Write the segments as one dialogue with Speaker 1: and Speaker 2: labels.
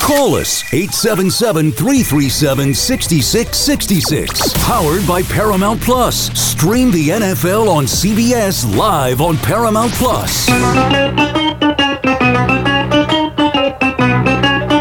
Speaker 1: Call us 877 337 6666. Powered by Paramount Plus. Stream the NFL on CBS live on Paramount Plus.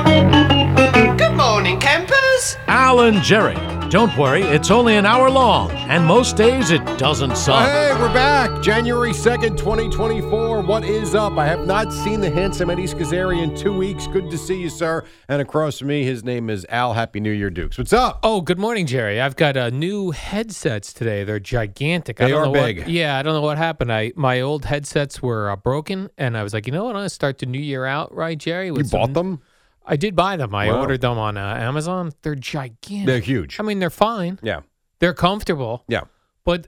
Speaker 2: Good morning, campers.
Speaker 3: Alan Jerry. Don't worry, it's only an hour long, and most days it doesn't suck.
Speaker 4: Hey, we're back. January 2nd, 2024. What is up? I have not seen the handsome Eddie Schizzeri in two weeks. Good to see you, sir. And across from me, his name is Al. Happy New Year, Dukes. What's up?
Speaker 5: Oh, good morning, Jerry. I've got uh, new headsets today. They're gigantic. I
Speaker 4: They
Speaker 5: don't
Speaker 4: are
Speaker 5: know what-
Speaker 4: big.
Speaker 5: yeah, I don't know what happened. I my old headsets were uh, broken, and I was like, you know what? I'm gonna start the new year out right, Jerry.
Speaker 4: You
Speaker 5: with some-
Speaker 4: bought them?
Speaker 5: I did buy them. I
Speaker 4: Wow.
Speaker 5: ordered them on uh, Amazon. They're gigantic.
Speaker 4: They're huge.
Speaker 5: I mean, they're fine.
Speaker 4: Yeah.
Speaker 5: They're comfortable.
Speaker 4: Yeah.
Speaker 5: But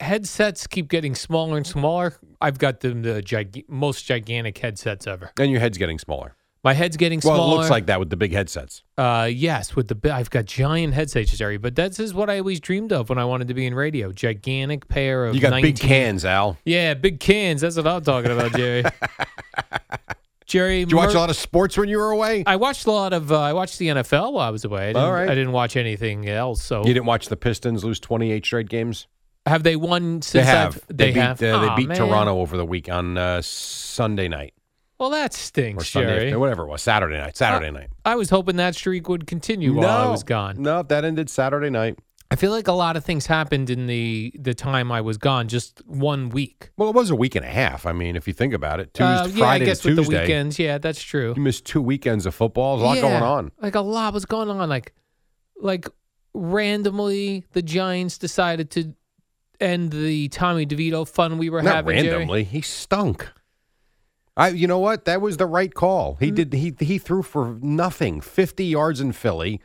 Speaker 5: headsets keep getting smaller and smaller. I've got them the gig- most gigantic headsets ever.
Speaker 4: And your head's getting smaller.
Speaker 5: My head's getting
Speaker 4: Well,
Speaker 5: smaller.
Speaker 4: it looks like that with the big headsets.
Speaker 5: Uh, yes, with the bi- I've got giant headsets, Jerry. But this is what I always dreamed of when I wanted to be in radio. Gigantic pair of
Speaker 4: You got
Speaker 5: 19
Speaker 4: big cans, Al.
Speaker 5: Yeah, big cans. That's what I'm talking about, Jerry. Jerry,
Speaker 4: Did you watch a lot of sports when you were away?
Speaker 5: I watched a lot of. Uh, I watched the NFL while I was away. I didn't,
Speaker 4: All right.
Speaker 5: I didn't watch anything else. So
Speaker 4: You didn't watch the Pistons lose 28 straight games?
Speaker 5: have they won
Speaker 4: They
Speaker 5: since
Speaker 4: have.
Speaker 5: I've, they,
Speaker 4: beat,
Speaker 5: have.
Speaker 4: uh, they
Speaker 5: Aw,
Speaker 4: beat
Speaker 5: man.
Speaker 4: Toronto over the week on uh, Sunday night
Speaker 5: Well, that
Speaker 4: or
Speaker 5: stinks,
Speaker 4: Sunday,
Speaker 5: Jerry.
Speaker 4: whatever it was, Saturday night. Saturday night.
Speaker 5: I was hoping that streak would continue while I was gone.
Speaker 4: No, that ended Saturday night.
Speaker 5: I feel like a lot of things happened in the the time I was gone. Just one week.
Speaker 4: Well, it was a week and a half. I mean, if you think about it, Tuesday,
Speaker 5: Uh, yeah, I
Speaker 4: Friday
Speaker 5: guess
Speaker 4: to Tuesday,
Speaker 5: with the weekends. Yeah, that's true.
Speaker 4: you missed two weekends of football. There's a lot
Speaker 5: Yeah,
Speaker 4: going on.
Speaker 5: Like a lot was going on. Like, like randomly, the Giants decided to end the Tommy DeVito fun we were
Speaker 4: Not
Speaker 5: having. Jerry.
Speaker 4: randomly, he stunk. I, you know what? That was the right call.
Speaker 5: Hmm.
Speaker 4: He did. He he threw for nothing, fifty yards in Philly.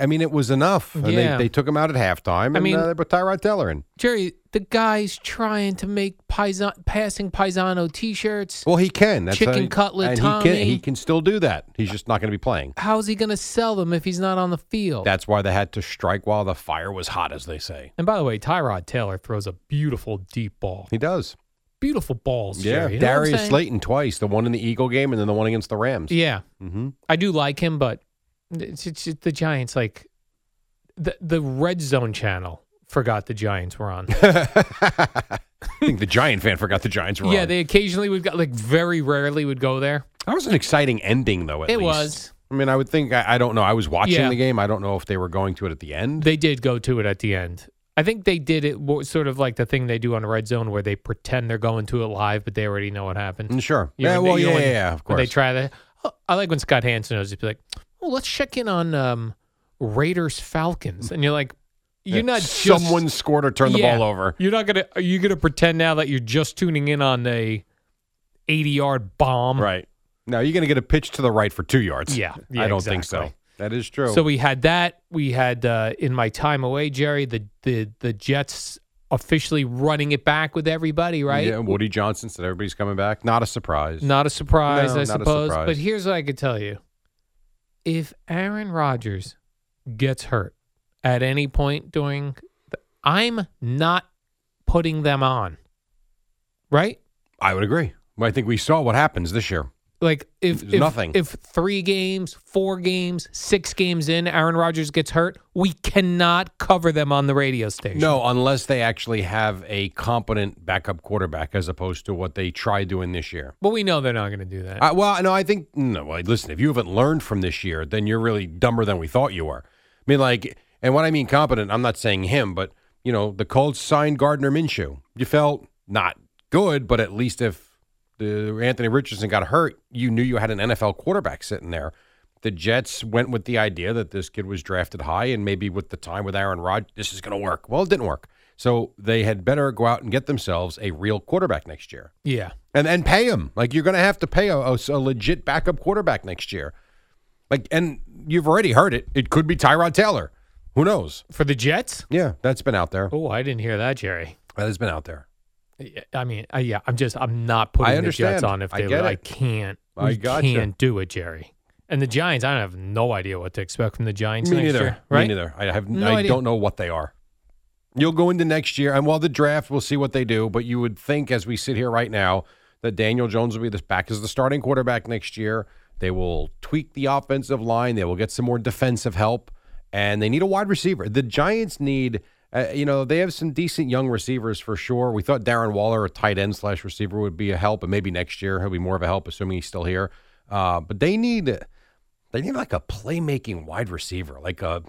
Speaker 4: I mean, it was enough. And
Speaker 5: Yeah.
Speaker 4: they, they took him out at halftime. And,
Speaker 5: mean-
Speaker 4: uh, they put Tyrod Taylor in.
Speaker 5: Jerry, the guy's trying to make Paisan, passing Paisano T-shirts.
Speaker 4: Well, he can. That's
Speaker 5: Chicken
Speaker 4: how-
Speaker 5: cutlet
Speaker 4: and He
Speaker 5: Tommy.
Speaker 4: can, he can still do that. He's just not going to be playing.
Speaker 5: How's he going to sell them if he's not on the field?
Speaker 4: That's why they had to strike while the fire was hot, as they say.
Speaker 5: and by the way, Tyrod Taylor throws a beautiful deep ball.
Speaker 4: He does.
Speaker 5: Beautiful balls, Jerry. You know what I'm
Speaker 4: Darius
Speaker 5: saying?
Speaker 4: Slayton twice, the one in the Eagle game and then the one against the Rams.
Speaker 5: Yeah,
Speaker 4: Mm-hmm.
Speaker 5: I do like him, but it's, it's, it's the Giants like the the red zone channel forgot the Giants were on.
Speaker 4: I think the Giant fan forgot the Giants were
Speaker 5: yeah,
Speaker 4: on.
Speaker 5: they occasionally would go like very rarely would go there.
Speaker 4: that was an exciting ending, though. At
Speaker 5: it
Speaker 4: least.
Speaker 5: was.
Speaker 4: I mean, I would think I, I don't know. I was watching
Speaker 5: Yeah.
Speaker 4: the game. I don't know if they were going to it at the end.
Speaker 5: They did go to it at the end. I think they did it wo- sort of like the thing they do on red zone where they pretend they're going to it live, but they already know what happened.
Speaker 4: Mm, sure.
Speaker 5: You
Speaker 4: yeah.
Speaker 5: know, when they-
Speaker 4: Well,
Speaker 5: you
Speaker 4: yeah,
Speaker 5: know,
Speaker 4: yeah,
Speaker 5: when-
Speaker 4: yeah, Of
Speaker 5: when
Speaker 4: course.
Speaker 5: they try that. Oh, I like when Scott Hansen was just be like, "Oh, let's check in on um, Raiders Falcons," and you're like, "You're
Speaker 4: Yeah.
Speaker 5: not just
Speaker 4: someone scored or turned
Speaker 5: Yeah.
Speaker 4: the ball over.
Speaker 5: You're not gonna. Are you gonna pretend now that you're just tuning in on a 80 yard bomb?
Speaker 4: Right. No, you're going to get a pitch to the right for two yards.
Speaker 5: Yeah. Yeah,
Speaker 4: I don't think so.
Speaker 5: exactly.
Speaker 4: That is true.
Speaker 5: So we had that. We had uh, in my time away, Jerry, the the the Jets officially running it back with everybody. Right.
Speaker 4: Yeah, Woody Johnson said everybody's coming back. Not a surprise.
Speaker 5: Not a surprise,
Speaker 4: No,
Speaker 5: I
Speaker 4: not a
Speaker 5: suppose.
Speaker 4: surprise.
Speaker 5: But here's what I could tell you: if Aaron Rodgers gets hurt at any point during, the, I'm not putting them on. Right.
Speaker 4: I would agree. I think we saw what happens this year.
Speaker 5: Like if
Speaker 4: There's
Speaker 5: if,
Speaker 4: nothing.
Speaker 5: if three games, four games, six games in, Aaron Rodgers gets hurt, we cannot cover them on the radio station.
Speaker 4: No, unless they actually have a competent backup quarterback as opposed to what they tried doing this year.
Speaker 5: but we know they're not going to do that.
Speaker 4: Uh, well, no, I think no. Well, listen, if you haven't learned from this year, then you're really dumber than we thought you were. I mean, like, and when I mean competent, I'm not saying him, but you know, the Colts signed Gardner Minshew. You felt not good, but at least if the Anthony Richardson got hurt, you knew you had an NFL quarterback sitting there. The Jets went with the idea that this kid was drafted high, and maybe with the time with Aaron Rodgers, this is going to work. Well, it didn't work, so they had better go out and get themselves a real quarterback next year
Speaker 5: yeah.
Speaker 4: and and pay him. Like you're going to have to pay a, a, a legit backup quarterback next year. Like, and you've already heard it. It could be Tyrod Taylor. Who knows?
Speaker 5: For the Jets?
Speaker 4: Yeah, that's been out there.
Speaker 5: Oh, I didn't hear that, Jerry.
Speaker 4: That has been out there.
Speaker 5: I mean, I, yeah, I'm just I'm not putting
Speaker 4: I
Speaker 5: the Jets
Speaker 4: understand.
Speaker 5: on if
Speaker 4: I
Speaker 5: they
Speaker 4: get
Speaker 5: I
Speaker 4: it.
Speaker 5: can't.
Speaker 4: I
Speaker 5: we
Speaker 4: gotcha.
Speaker 5: can't do it, Jerry. And the Giants, I have no idea what to expect from the Giants
Speaker 4: Me
Speaker 5: next
Speaker 4: neither.
Speaker 5: year, right?
Speaker 4: Me neither. I have.
Speaker 5: No
Speaker 4: I
Speaker 5: idea.
Speaker 4: don't know what they are. You'll go into next year, and while the draft, we'll see what they do. But you would think, as we sit here right now, that Daniel Jones will be this back as the starting quarterback next year. They will tweak the offensive line. They will get some more defensive help, and they need a wide receiver. The Giants need. Uh, you know they have some decent young receivers for sure. We thought Darren Waller, a tight end slash receiver, would be a help, and maybe next year he'll be more of a help, assuming he's still here. Uh, but they need they need like a playmaking wide receiver, like a.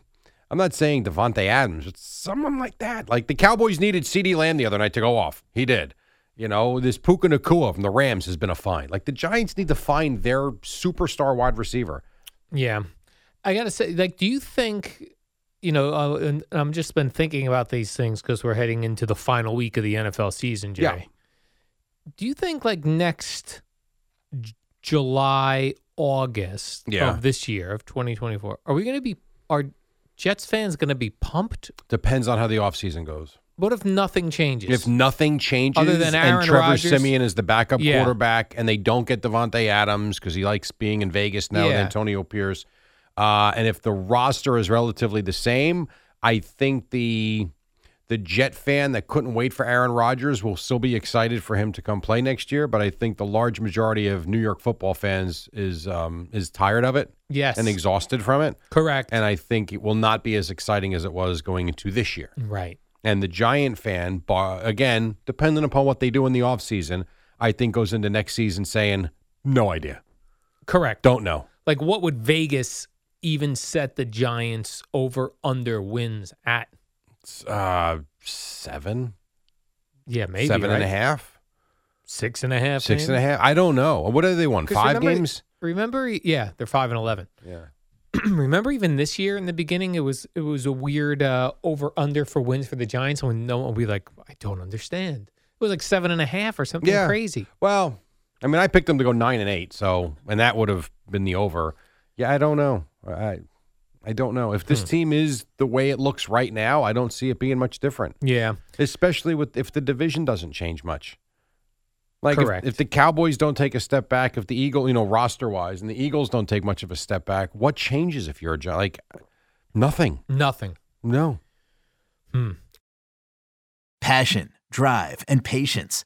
Speaker 4: I'm not saying Devontae Adams, but someone like that. Like the Cowboys needed C.D. Lamb the other night to go off. He did. You know, this Puka Nakua from the Rams has been a find. Like the Giants need to find their superstar wide receiver.
Speaker 5: Yeah, I gotta say, like, do you think, you know, uh, and I'm just been thinking about these things because we're heading into the final week of the NFL season,
Speaker 4: Yeah.
Speaker 5: Jerry. Do you think like next J- July, August
Speaker 4: Yeah.
Speaker 5: of this year of 2024, are we gonna be are Jets fans gonna be pumped?
Speaker 4: Depends on how the offseason goes.
Speaker 5: What if nothing changes?
Speaker 4: If nothing changes,
Speaker 5: Other than
Speaker 4: and
Speaker 5: Aaron
Speaker 4: Trevor
Speaker 5: Rodgers-
Speaker 4: Simeon is the backup
Speaker 5: Yeah.
Speaker 4: quarterback, and they don't get Devontae Adams because he likes being in Vegas now with
Speaker 5: Yeah.
Speaker 4: Antonio Pierce, uh, and if the roster is relatively the same, I think the the Jet fan that couldn't wait for Aaron Rodgers will still be excited for him to come play next year. But I think the large majority of New York football fans is um, is tired of it
Speaker 5: yes,
Speaker 4: and exhausted from it,
Speaker 5: correct,
Speaker 4: and I think it will not be as exciting as it was going into this year
Speaker 5: right.
Speaker 4: and the Giant fan, bar, again, depending upon what they do in the offseason, I think goes into next season saying, no idea.
Speaker 5: Correct.
Speaker 4: Don't know.
Speaker 5: Like, what would Vegas even set the Giants over under wins at?
Speaker 4: It's, uh, seven,
Speaker 5: Yeah, maybe
Speaker 4: seven and a
Speaker 5: right?
Speaker 4: half,
Speaker 5: six and a half,
Speaker 4: six and
Speaker 5: maybe?
Speaker 4: a half. I don't know. What are they won?
Speaker 5: 'Cause
Speaker 4: Five
Speaker 5: remember-
Speaker 4: games?
Speaker 5: Remember, yeah, they're five and eleven.
Speaker 4: Yeah.
Speaker 5: remember, even this year in the beginning, it was it was a weird uh, over under for wins for the Giants when no one would be like, I don't understand. It was like seven and a half or something
Speaker 4: Yeah.
Speaker 5: crazy.
Speaker 4: Well, I mean, I picked them to go nine and eight, so and that would have been the over. Yeah, I don't know. I, I don't know if this
Speaker 5: Hmm.
Speaker 4: team is the way it looks right now. I don't see it being much different.
Speaker 5: Yeah,
Speaker 4: especially with if the division doesn't change much. Like if-
Speaker 5: Correct.
Speaker 4: If, the Cowboys don't take a step back, if the Eagle, you know, roster wise, and the Eagles don't take much of a step back, what changes if you're a Gi- like nothing?
Speaker 5: nothing.
Speaker 4: No.
Speaker 5: Hmm.
Speaker 6: Passion, drive, and patience.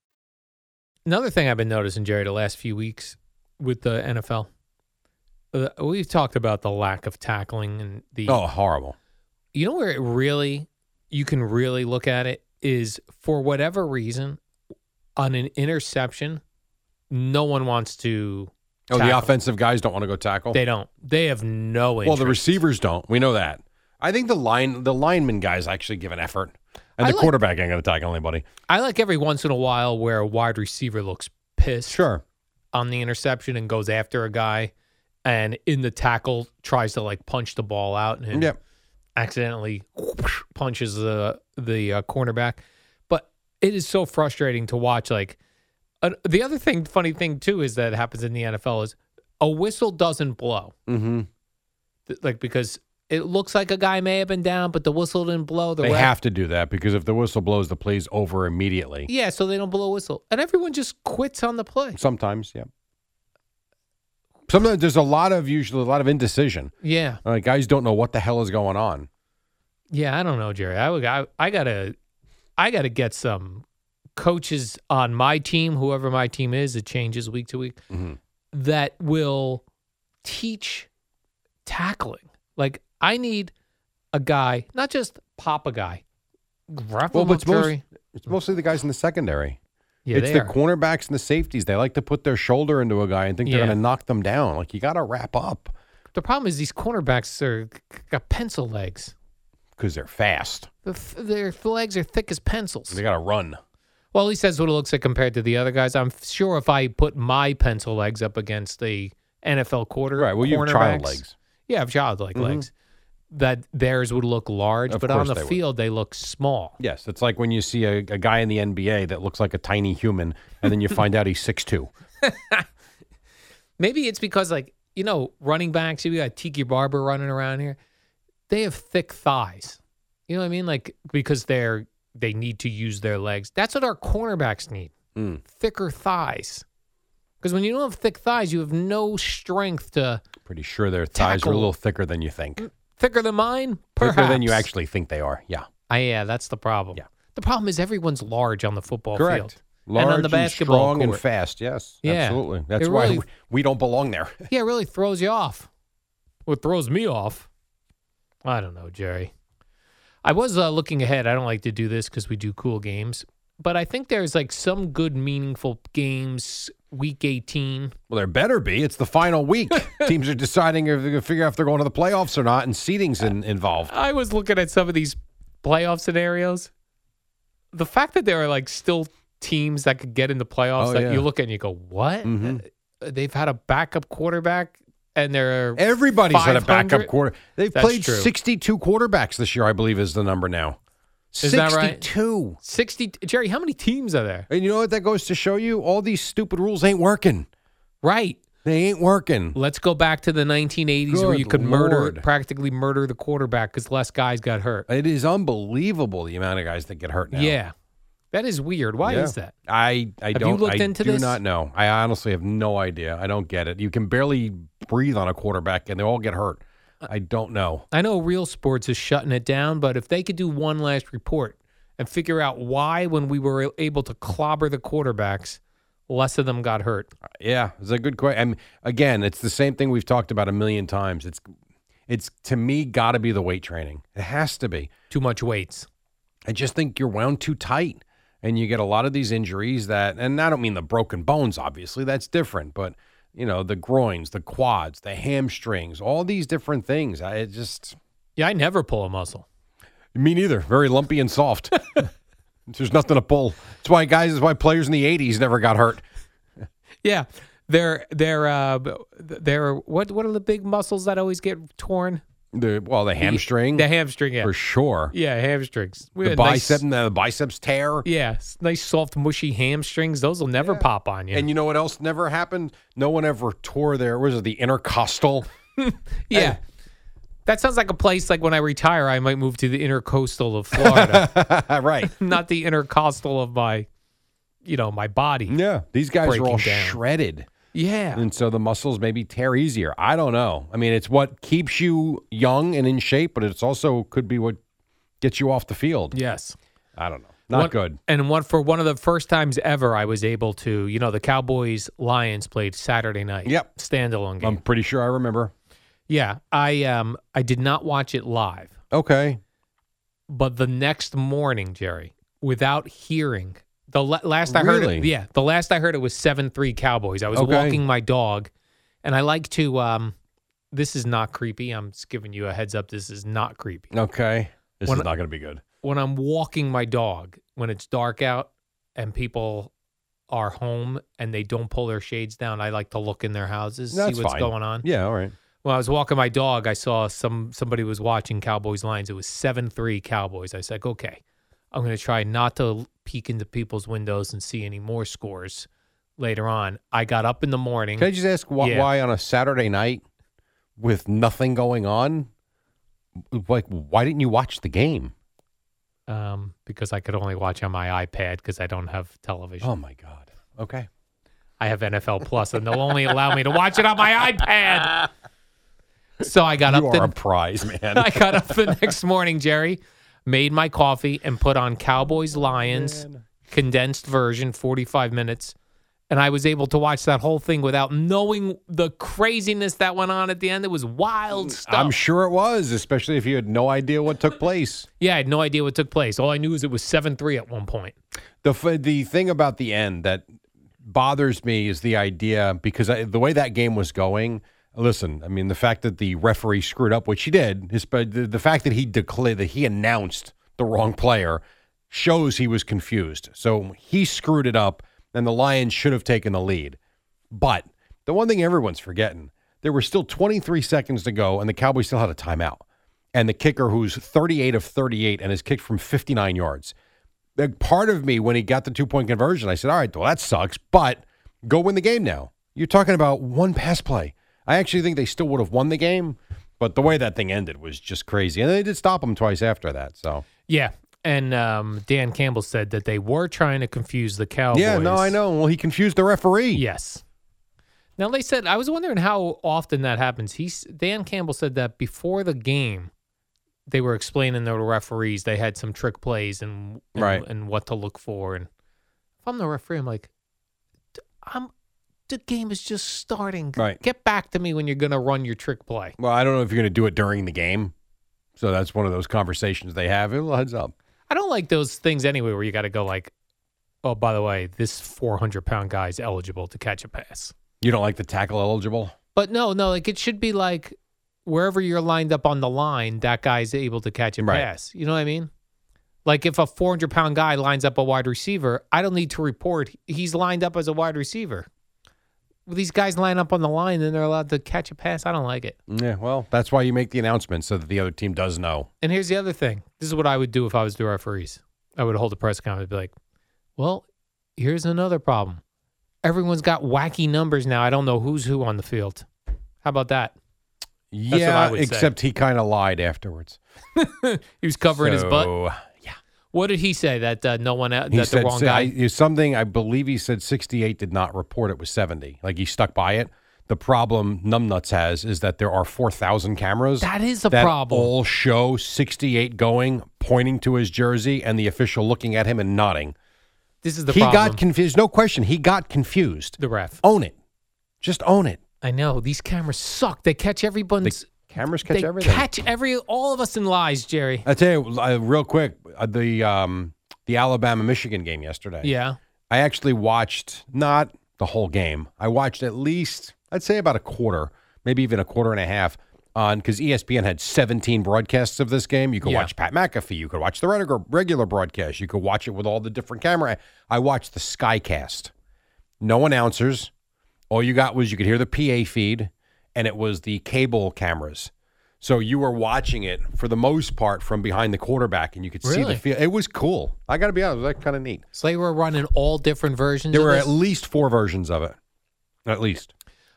Speaker 5: Another thing I've been noticing, Jerry, the last few weeks with the NFL, uh, we've talked about the lack of tackling and the
Speaker 4: Oh, horrible.
Speaker 5: you know where it really you can really look at it is for whatever reason on an interception no one wants to
Speaker 4: Oh, the
Speaker 5: tackle.
Speaker 4: offensive guys don't want to go tackle.
Speaker 5: they don't they have no interest.
Speaker 4: well, the receivers don't. We know that. I think the line, the lineman guys actually give an effort. I And
Speaker 5: I
Speaker 4: the
Speaker 5: like-
Speaker 4: quarterback ain't going to tackle anybody.
Speaker 5: I like every once in a while where a wide receiver looks pissed
Speaker 4: Sure.
Speaker 5: on the interception and goes after a guy and in the tackle tries to like punch the ball out and
Speaker 4: Yep.
Speaker 5: accidentally whoosh, punches the the uh, cornerback. But it is so frustrating to watch. Like uh, the other thing, funny thing too, is that happens in the NFL is a whistle doesn't blow.
Speaker 4: Mm-hmm.
Speaker 5: Th- Like because it looks like a guy may have been down, but the whistle didn't blow. The
Speaker 4: They
Speaker 5: ref-
Speaker 4: have to do that because if the whistle blows, the play's over immediately.
Speaker 5: yeah, so they don't blow a whistle, and everyone just quits on the play.
Speaker 4: Sometimes, yeah. Sometimes there's a lot of usually a lot of indecision.
Speaker 5: Yeah,
Speaker 4: Uh, guys don't know what the hell is going on.
Speaker 5: yeah. I don't know, Jerry. I would. I, I gotta. I gotta get some coaches on my team, whoever my team is. It changes week to week.
Speaker 4: Mm-hmm.
Speaker 5: That will teach tackling. Like I need a guy, not just pop a guy. Rough him up,
Speaker 4: but it's, most-
Speaker 5: Jerry.
Speaker 4: it's mostly the guys in the secondary.
Speaker 5: Yeah,
Speaker 4: it's
Speaker 5: they
Speaker 4: the
Speaker 5: are.
Speaker 4: cornerbacks and the safeties. They like to put their shoulder into a guy and think they're
Speaker 5: Yeah.
Speaker 4: going to knock them down. Like you got to wrap up
Speaker 5: The problem is these cornerbacks are got pencil legs.
Speaker 4: because they're fast.
Speaker 5: The th- their legs are thick as pencils.
Speaker 4: They got to run.
Speaker 5: Well, at least that's what it looks like compared to the other guys. I'm sure if I put my pencil legs up against the NFL quarter,
Speaker 4: Right. Well, you have child
Speaker 5: cornerbacks-
Speaker 4: legs. Mm-hmm.
Speaker 5: Yeah, I have child-like legs. That theirs would look large,
Speaker 4: Of
Speaker 5: but on
Speaker 4: course
Speaker 5: the
Speaker 4: they would.
Speaker 5: field they look small.
Speaker 4: Yes, it's like when you see a, a guy in the NBA that looks like a tiny human, and then you find out he's 6'2".
Speaker 5: Maybe it's because like you know running backs. You got Tiki Barber running around here. They have thick thighs. You know what I mean? Like because they're they need to use their legs. That's what our cornerbacks need.
Speaker 4: Mm.
Speaker 5: Thicker thighs. Because when you don't have thick thighs, you have no strength to
Speaker 4: Pretty sure their thighs are a
Speaker 5: Tackle.
Speaker 4: little thicker than you think.
Speaker 5: thicker than mine. Perhaps.
Speaker 4: Thicker than you actually think they are. Yeah.
Speaker 5: Ah, yeah, that's the problem.
Speaker 4: Yeah.
Speaker 5: The problem is everyone's large on the football
Speaker 4: Correct.
Speaker 5: field.
Speaker 4: Large
Speaker 5: and on the basketball
Speaker 4: strong and
Speaker 5: court.
Speaker 4: fast. Yes,
Speaker 5: Yeah.
Speaker 4: absolutely. That's
Speaker 5: It
Speaker 4: why
Speaker 5: really-
Speaker 4: we, we don't belong there.
Speaker 5: Yeah, it really throws you off. Well, it throws me off. I don't know, Jerry. I was uh, looking ahead. I don't like to do this because we do cool games, but I think there's like some good, meaningful games week 18.
Speaker 4: Well, there better be. It's the final week. Teams are deciding if they're going to figure out if they're going to the playoffs or not, and seeding's in, involved.
Speaker 5: I was looking at some of these playoff scenarios. The fact that there are like still teams that could get in the playoffs,
Speaker 4: Oh,
Speaker 5: like
Speaker 4: yeah. Mm-hmm.
Speaker 5: you look at and you go, "What? Uh, They've had a backup quarterback, and they're
Speaker 4: Everybody's had a
Speaker 5: 500?
Speaker 4: backup quarter. They've
Speaker 5: That's
Speaker 4: played
Speaker 5: true.
Speaker 4: 62 quarterbacks this year, I believe, is the number now.
Speaker 5: Is that right?
Speaker 4: 62.
Speaker 5: Sixty, Jerry. How many teams are there?
Speaker 4: And you know what that goes to show you? All these stupid rules ain't working.
Speaker 5: Right.
Speaker 4: They ain't working.
Speaker 5: Let's go back to the 1980s where
Speaker 4: Good
Speaker 5: you could
Speaker 4: Lord.
Speaker 5: murder, practically murder the quarterback because less guys got hurt.
Speaker 4: It is unbelievable the amount of guys that get hurt now.
Speaker 5: Yeah, that is weird. Why
Speaker 4: Yeah.
Speaker 5: is that?
Speaker 4: I I
Speaker 5: Have you
Speaker 4: don't
Speaker 5: looked
Speaker 4: I
Speaker 5: into
Speaker 4: do
Speaker 5: this?
Speaker 4: not know. I honestly have no idea. I don't get it. You can barely breathe on a quarterback and they all get hurt.
Speaker 5: Uh,
Speaker 4: I don't know.
Speaker 5: I know Real Sports is shutting it down, but if they could do one last report and figure out why, when we were able to clobber the quarterbacks, less of them got hurt.
Speaker 4: Yeah, it's a good question. I mean, again, it's the same thing we've talked about a million times. It's it's to me got to be the weight training. It has to be.
Speaker 5: Too much weights.
Speaker 4: I just think you're wound too tight and you get a lot of these injuries that and I don't mean the broken bones obviously that's different but you know the groins the quads the hamstrings all these different things I it just
Speaker 5: Yeah, I never pull a muscle.
Speaker 4: me neither very lumpy and soft there's nothing to pull that's why guys that's why players in the 80s never got hurt
Speaker 5: Yeah, they're they're uh, b- they're what what are the big muscles that always get torn?
Speaker 4: the well the hamstring
Speaker 5: The hamstring. Yeah,
Speaker 4: for sure
Speaker 5: yeah, hamstrings. We
Speaker 4: the
Speaker 5: had nice-
Speaker 4: bicep and the biceps tear
Speaker 5: Yeah, s- nice soft mushy hamstrings. Those will never pop on you.
Speaker 4: and you know what else never happened no one ever tore their was it the intercostal
Speaker 5: yeah. That sounds like a place like when I retire, I might move to the intercoastal of Florida,
Speaker 4: right
Speaker 5: not the intercostal of my, you know, my body.
Speaker 4: yeah these guys are all
Speaker 5: Breaking down.
Speaker 4: shredded
Speaker 5: Yeah.
Speaker 4: And so the muscles maybe tear easier. I don't know. I mean, it's what keeps you young and in shape, but it's also could be what gets you off the field.
Speaker 5: Yes.
Speaker 4: I don't know. Not
Speaker 5: One-
Speaker 4: good.
Speaker 5: And one for one of the first times ever, I was able to, you know, the Cowboys Lions played Saturday night.
Speaker 4: Yep.
Speaker 5: Standalone game.
Speaker 4: I'm pretty sure I remember.
Speaker 5: yeah. I um I did not watch it live.
Speaker 4: Okay.
Speaker 5: but the next morning, Jerry, without hearing the la- last I heard, it,
Speaker 4: Really?
Speaker 5: yeah, the last I heard it was seven three Cowboys. I was
Speaker 4: Okay.
Speaker 5: walking my dog, and I like to. Um, this is not creepy. I'm just giving you a heads up. This is not creepy.
Speaker 4: Okay. This
Speaker 5: When-
Speaker 4: is not going to be good.
Speaker 5: when I'm walking my dog when it's dark out and people are home and they don't pull their shades down, I like to look in their houses,
Speaker 4: That's
Speaker 5: see what's
Speaker 4: fine.
Speaker 5: going on.
Speaker 4: Yeah, all right.
Speaker 5: When I was walking my dog, I saw some somebody was watching Cowboys lines. It was seven three Cowboys. I was like, okay, I'm gonna try not to peek into people's windows and see any more scores later on. I got up in the morning.
Speaker 4: Can I just ask why,
Speaker 5: Hmm. Yeah.
Speaker 4: why on a Saturday night with nothing going on, like why didn't you watch the game?
Speaker 5: Um, because I could only watch on my iPad because I don't have television.
Speaker 4: Oh my god. Okay.
Speaker 5: I have NFL Plus, and they'll only allow me to watch it on my iPad. So I got
Speaker 4: you
Speaker 5: up
Speaker 4: are
Speaker 5: the
Speaker 4: a prize, man.
Speaker 5: I got up the next morning, Jerry, made my coffee and put on Cowboys Lions condensed version, 45 minutes, and I was able to watch that whole thing without knowing the craziness that went on at the end. It was wild stuff.
Speaker 4: Mm, I'm sure it was, especially if you had no idea what took place.
Speaker 5: yeah, I had no idea what took place. All I knew is it was 7-3 at one point.
Speaker 4: The f- the thing about the end that bothers me is the idea because I, the way that game was going. Listen, I mean the fact that the referee screwed up, which he did, is, but the, the fact that he declared that he announced the wrong player shows he was confused. So he screwed it up, and the Lions should have taken the lead. But the one thing everyone's forgetting, there were still 23 seconds to go, and the Cowboys still had a timeout. And the kicker, who's 38 of 38 and has kicked from 59 yards. The part of me, when he got the two point conversion, I said, All right, well, that sucks, but go win the game now. You're talking about one pass play. I actually think they still would have won the game, but the way that thing ended was just crazy. And they did stop him twice after that. So,
Speaker 5: Yeah, and um, Dan Campbell said that they were trying to confuse the Cowboys.
Speaker 4: yeah, no, I know. Well, he confused the referee.
Speaker 5: Yes. Now they said I was wondering how often that happens. He s- Dan Campbell said that before the game, they were explaining to the referees they had some trick plays and and,
Speaker 4: Right.
Speaker 5: and what to look for. And if I'm the referee, I'm like, "D- I'm the game is just starting.
Speaker 4: Right.
Speaker 5: Get back to me when you're gonna run your trick play.
Speaker 4: Well, I don't know if you're going to do it during the game. So that's one of those conversations they have. It heads up.
Speaker 5: I don't like those things anyway where you got to go like, oh by the way, this 400 pound guy's eligible to catch a pass.
Speaker 4: You don't like the tackle eligible?
Speaker 5: But no, no, like it should be like wherever you're lined up on the line, that guy's able to catch a
Speaker 4: Right.
Speaker 5: pass. You know what I mean? Like if a 400 pound guy lines up a wide receiver, I don't need to report he's lined up as a wide receiver. Well, these guys line up on the line and they're allowed to catch a pass. I don't like it.
Speaker 4: Yeah, well, that's why you make the announcement so that the other team does know.
Speaker 5: And here's the other thing this is what I would do if I was the referees I would hold a press conference and be like, well, here's another problem. Everyone's got wacky numbers now. I don't know who's who on the field. How about that?
Speaker 4: Yeah,
Speaker 5: what I would say.
Speaker 4: except he kind of lied afterwards.
Speaker 5: He was covering his butt.
Speaker 4: So,
Speaker 5: What did he say that uh, no one that
Speaker 4: He
Speaker 5: the
Speaker 4: said
Speaker 5: wrong
Speaker 4: si-
Speaker 5: guy?
Speaker 4: I- is something I believe he said 68 did not report it was 70. Like he stuck by it. The problem Numbnuts has is that there are 4,000 cameras.
Speaker 5: that is the
Speaker 4: that
Speaker 5: problem.
Speaker 4: all show 68 going, pointing to his jersey, and the official looking at him and nodding.
Speaker 5: this is the
Speaker 4: he
Speaker 5: problem.
Speaker 4: got confused. No question. He got confused.
Speaker 5: the ref.
Speaker 4: Own it. Just own it.
Speaker 5: I know these cameras suck. They catch everyone's.
Speaker 4: Cameras catch
Speaker 5: they
Speaker 4: everything.
Speaker 5: catch every all of us in lies, Jerry.
Speaker 4: I tell you, uh, real quick, uh, the um, the Alabama Michigan game yesterday.
Speaker 5: Yeah,
Speaker 4: I actually watched not the whole game. I watched at least, I'd say about a quarter, maybe even a quarter and a half on E because ESPN had 17 broadcasts of this game. You could
Speaker 5: Yeah.
Speaker 4: watch Pat McAfee. You could watch the regular, regular broadcast. You could watch it with all the different camera. I watched the Skycast. No announcers. All you got was you could hear the PA feed, and it was the cable cameras. So you were watching it for the most part from behind the quarterback, and you could see the
Speaker 5: Really?
Speaker 4: field. It was cool. I got to be honest, it was kind of neat.
Speaker 5: so they were running all different versions.
Speaker 4: There
Speaker 5: of
Speaker 4: were
Speaker 5: this.
Speaker 4: at least four versions of it. At least.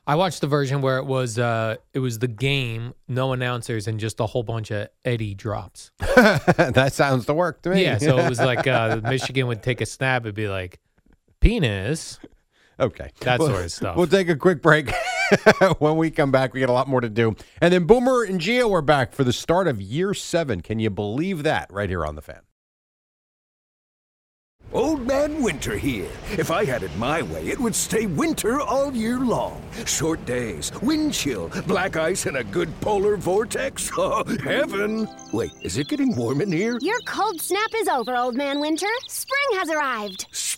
Speaker 5: I watched the version where it was uh it was the game, no announcers, and just a whole bunch of Eddie drops.
Speaker 4: that sounds to work to me.
Speaker 5: Yeah, so it was like uh, Michigan would take a snap, it'd be like penis.
Speaker 4: okay.
Speaker 5: That
Speaker 4: We'll-
Speaker 5: sort of stuff.
Speaker 4: We'll take a quick break. when we come back, we got a lot more to do. And then Boomer and Gio are back for the start of year seven. Can you believe that right here on the fan?
Speaker 1: Old Man Winter here. If I had it my way, it would stay winter all year long. Short days, wind chill, black ice, and a good polar vortex. Oh, heaven! Wait, is it getting warm in here?
Speaker 7: Your cold snap is over, Old Man Winter. Spring has arrived.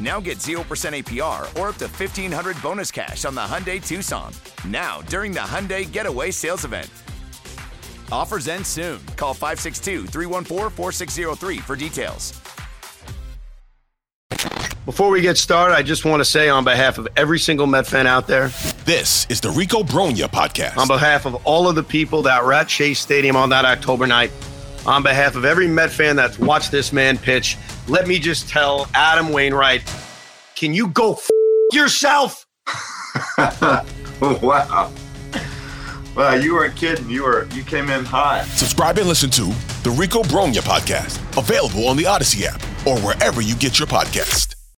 Speaker 7: Now get 0% APR or up to 1500 bonus cash on the Hyundai Tucson. Now, during the Hyundai Getaway Sales Event. Offers end soon. Call 562 314 4603 for details.
Speaker 8: Before we get started, I just want to say on behalf of every single Met fan out there, this is the Rico Bronya podcast. On behalf of all of the people that were at Chase Stadium on that October night, on behalf of every Met fan that's watched this man pitch, let me just tell Adam Wainwright, can you go f- yourself?
Speaker 9: wow. Wow, you weren't kidding. You were you came in hot.
Speaker 10: Subscribe and listen to the Rico Bronya podcast, available on the Odyssey app or wherever you get your podcast.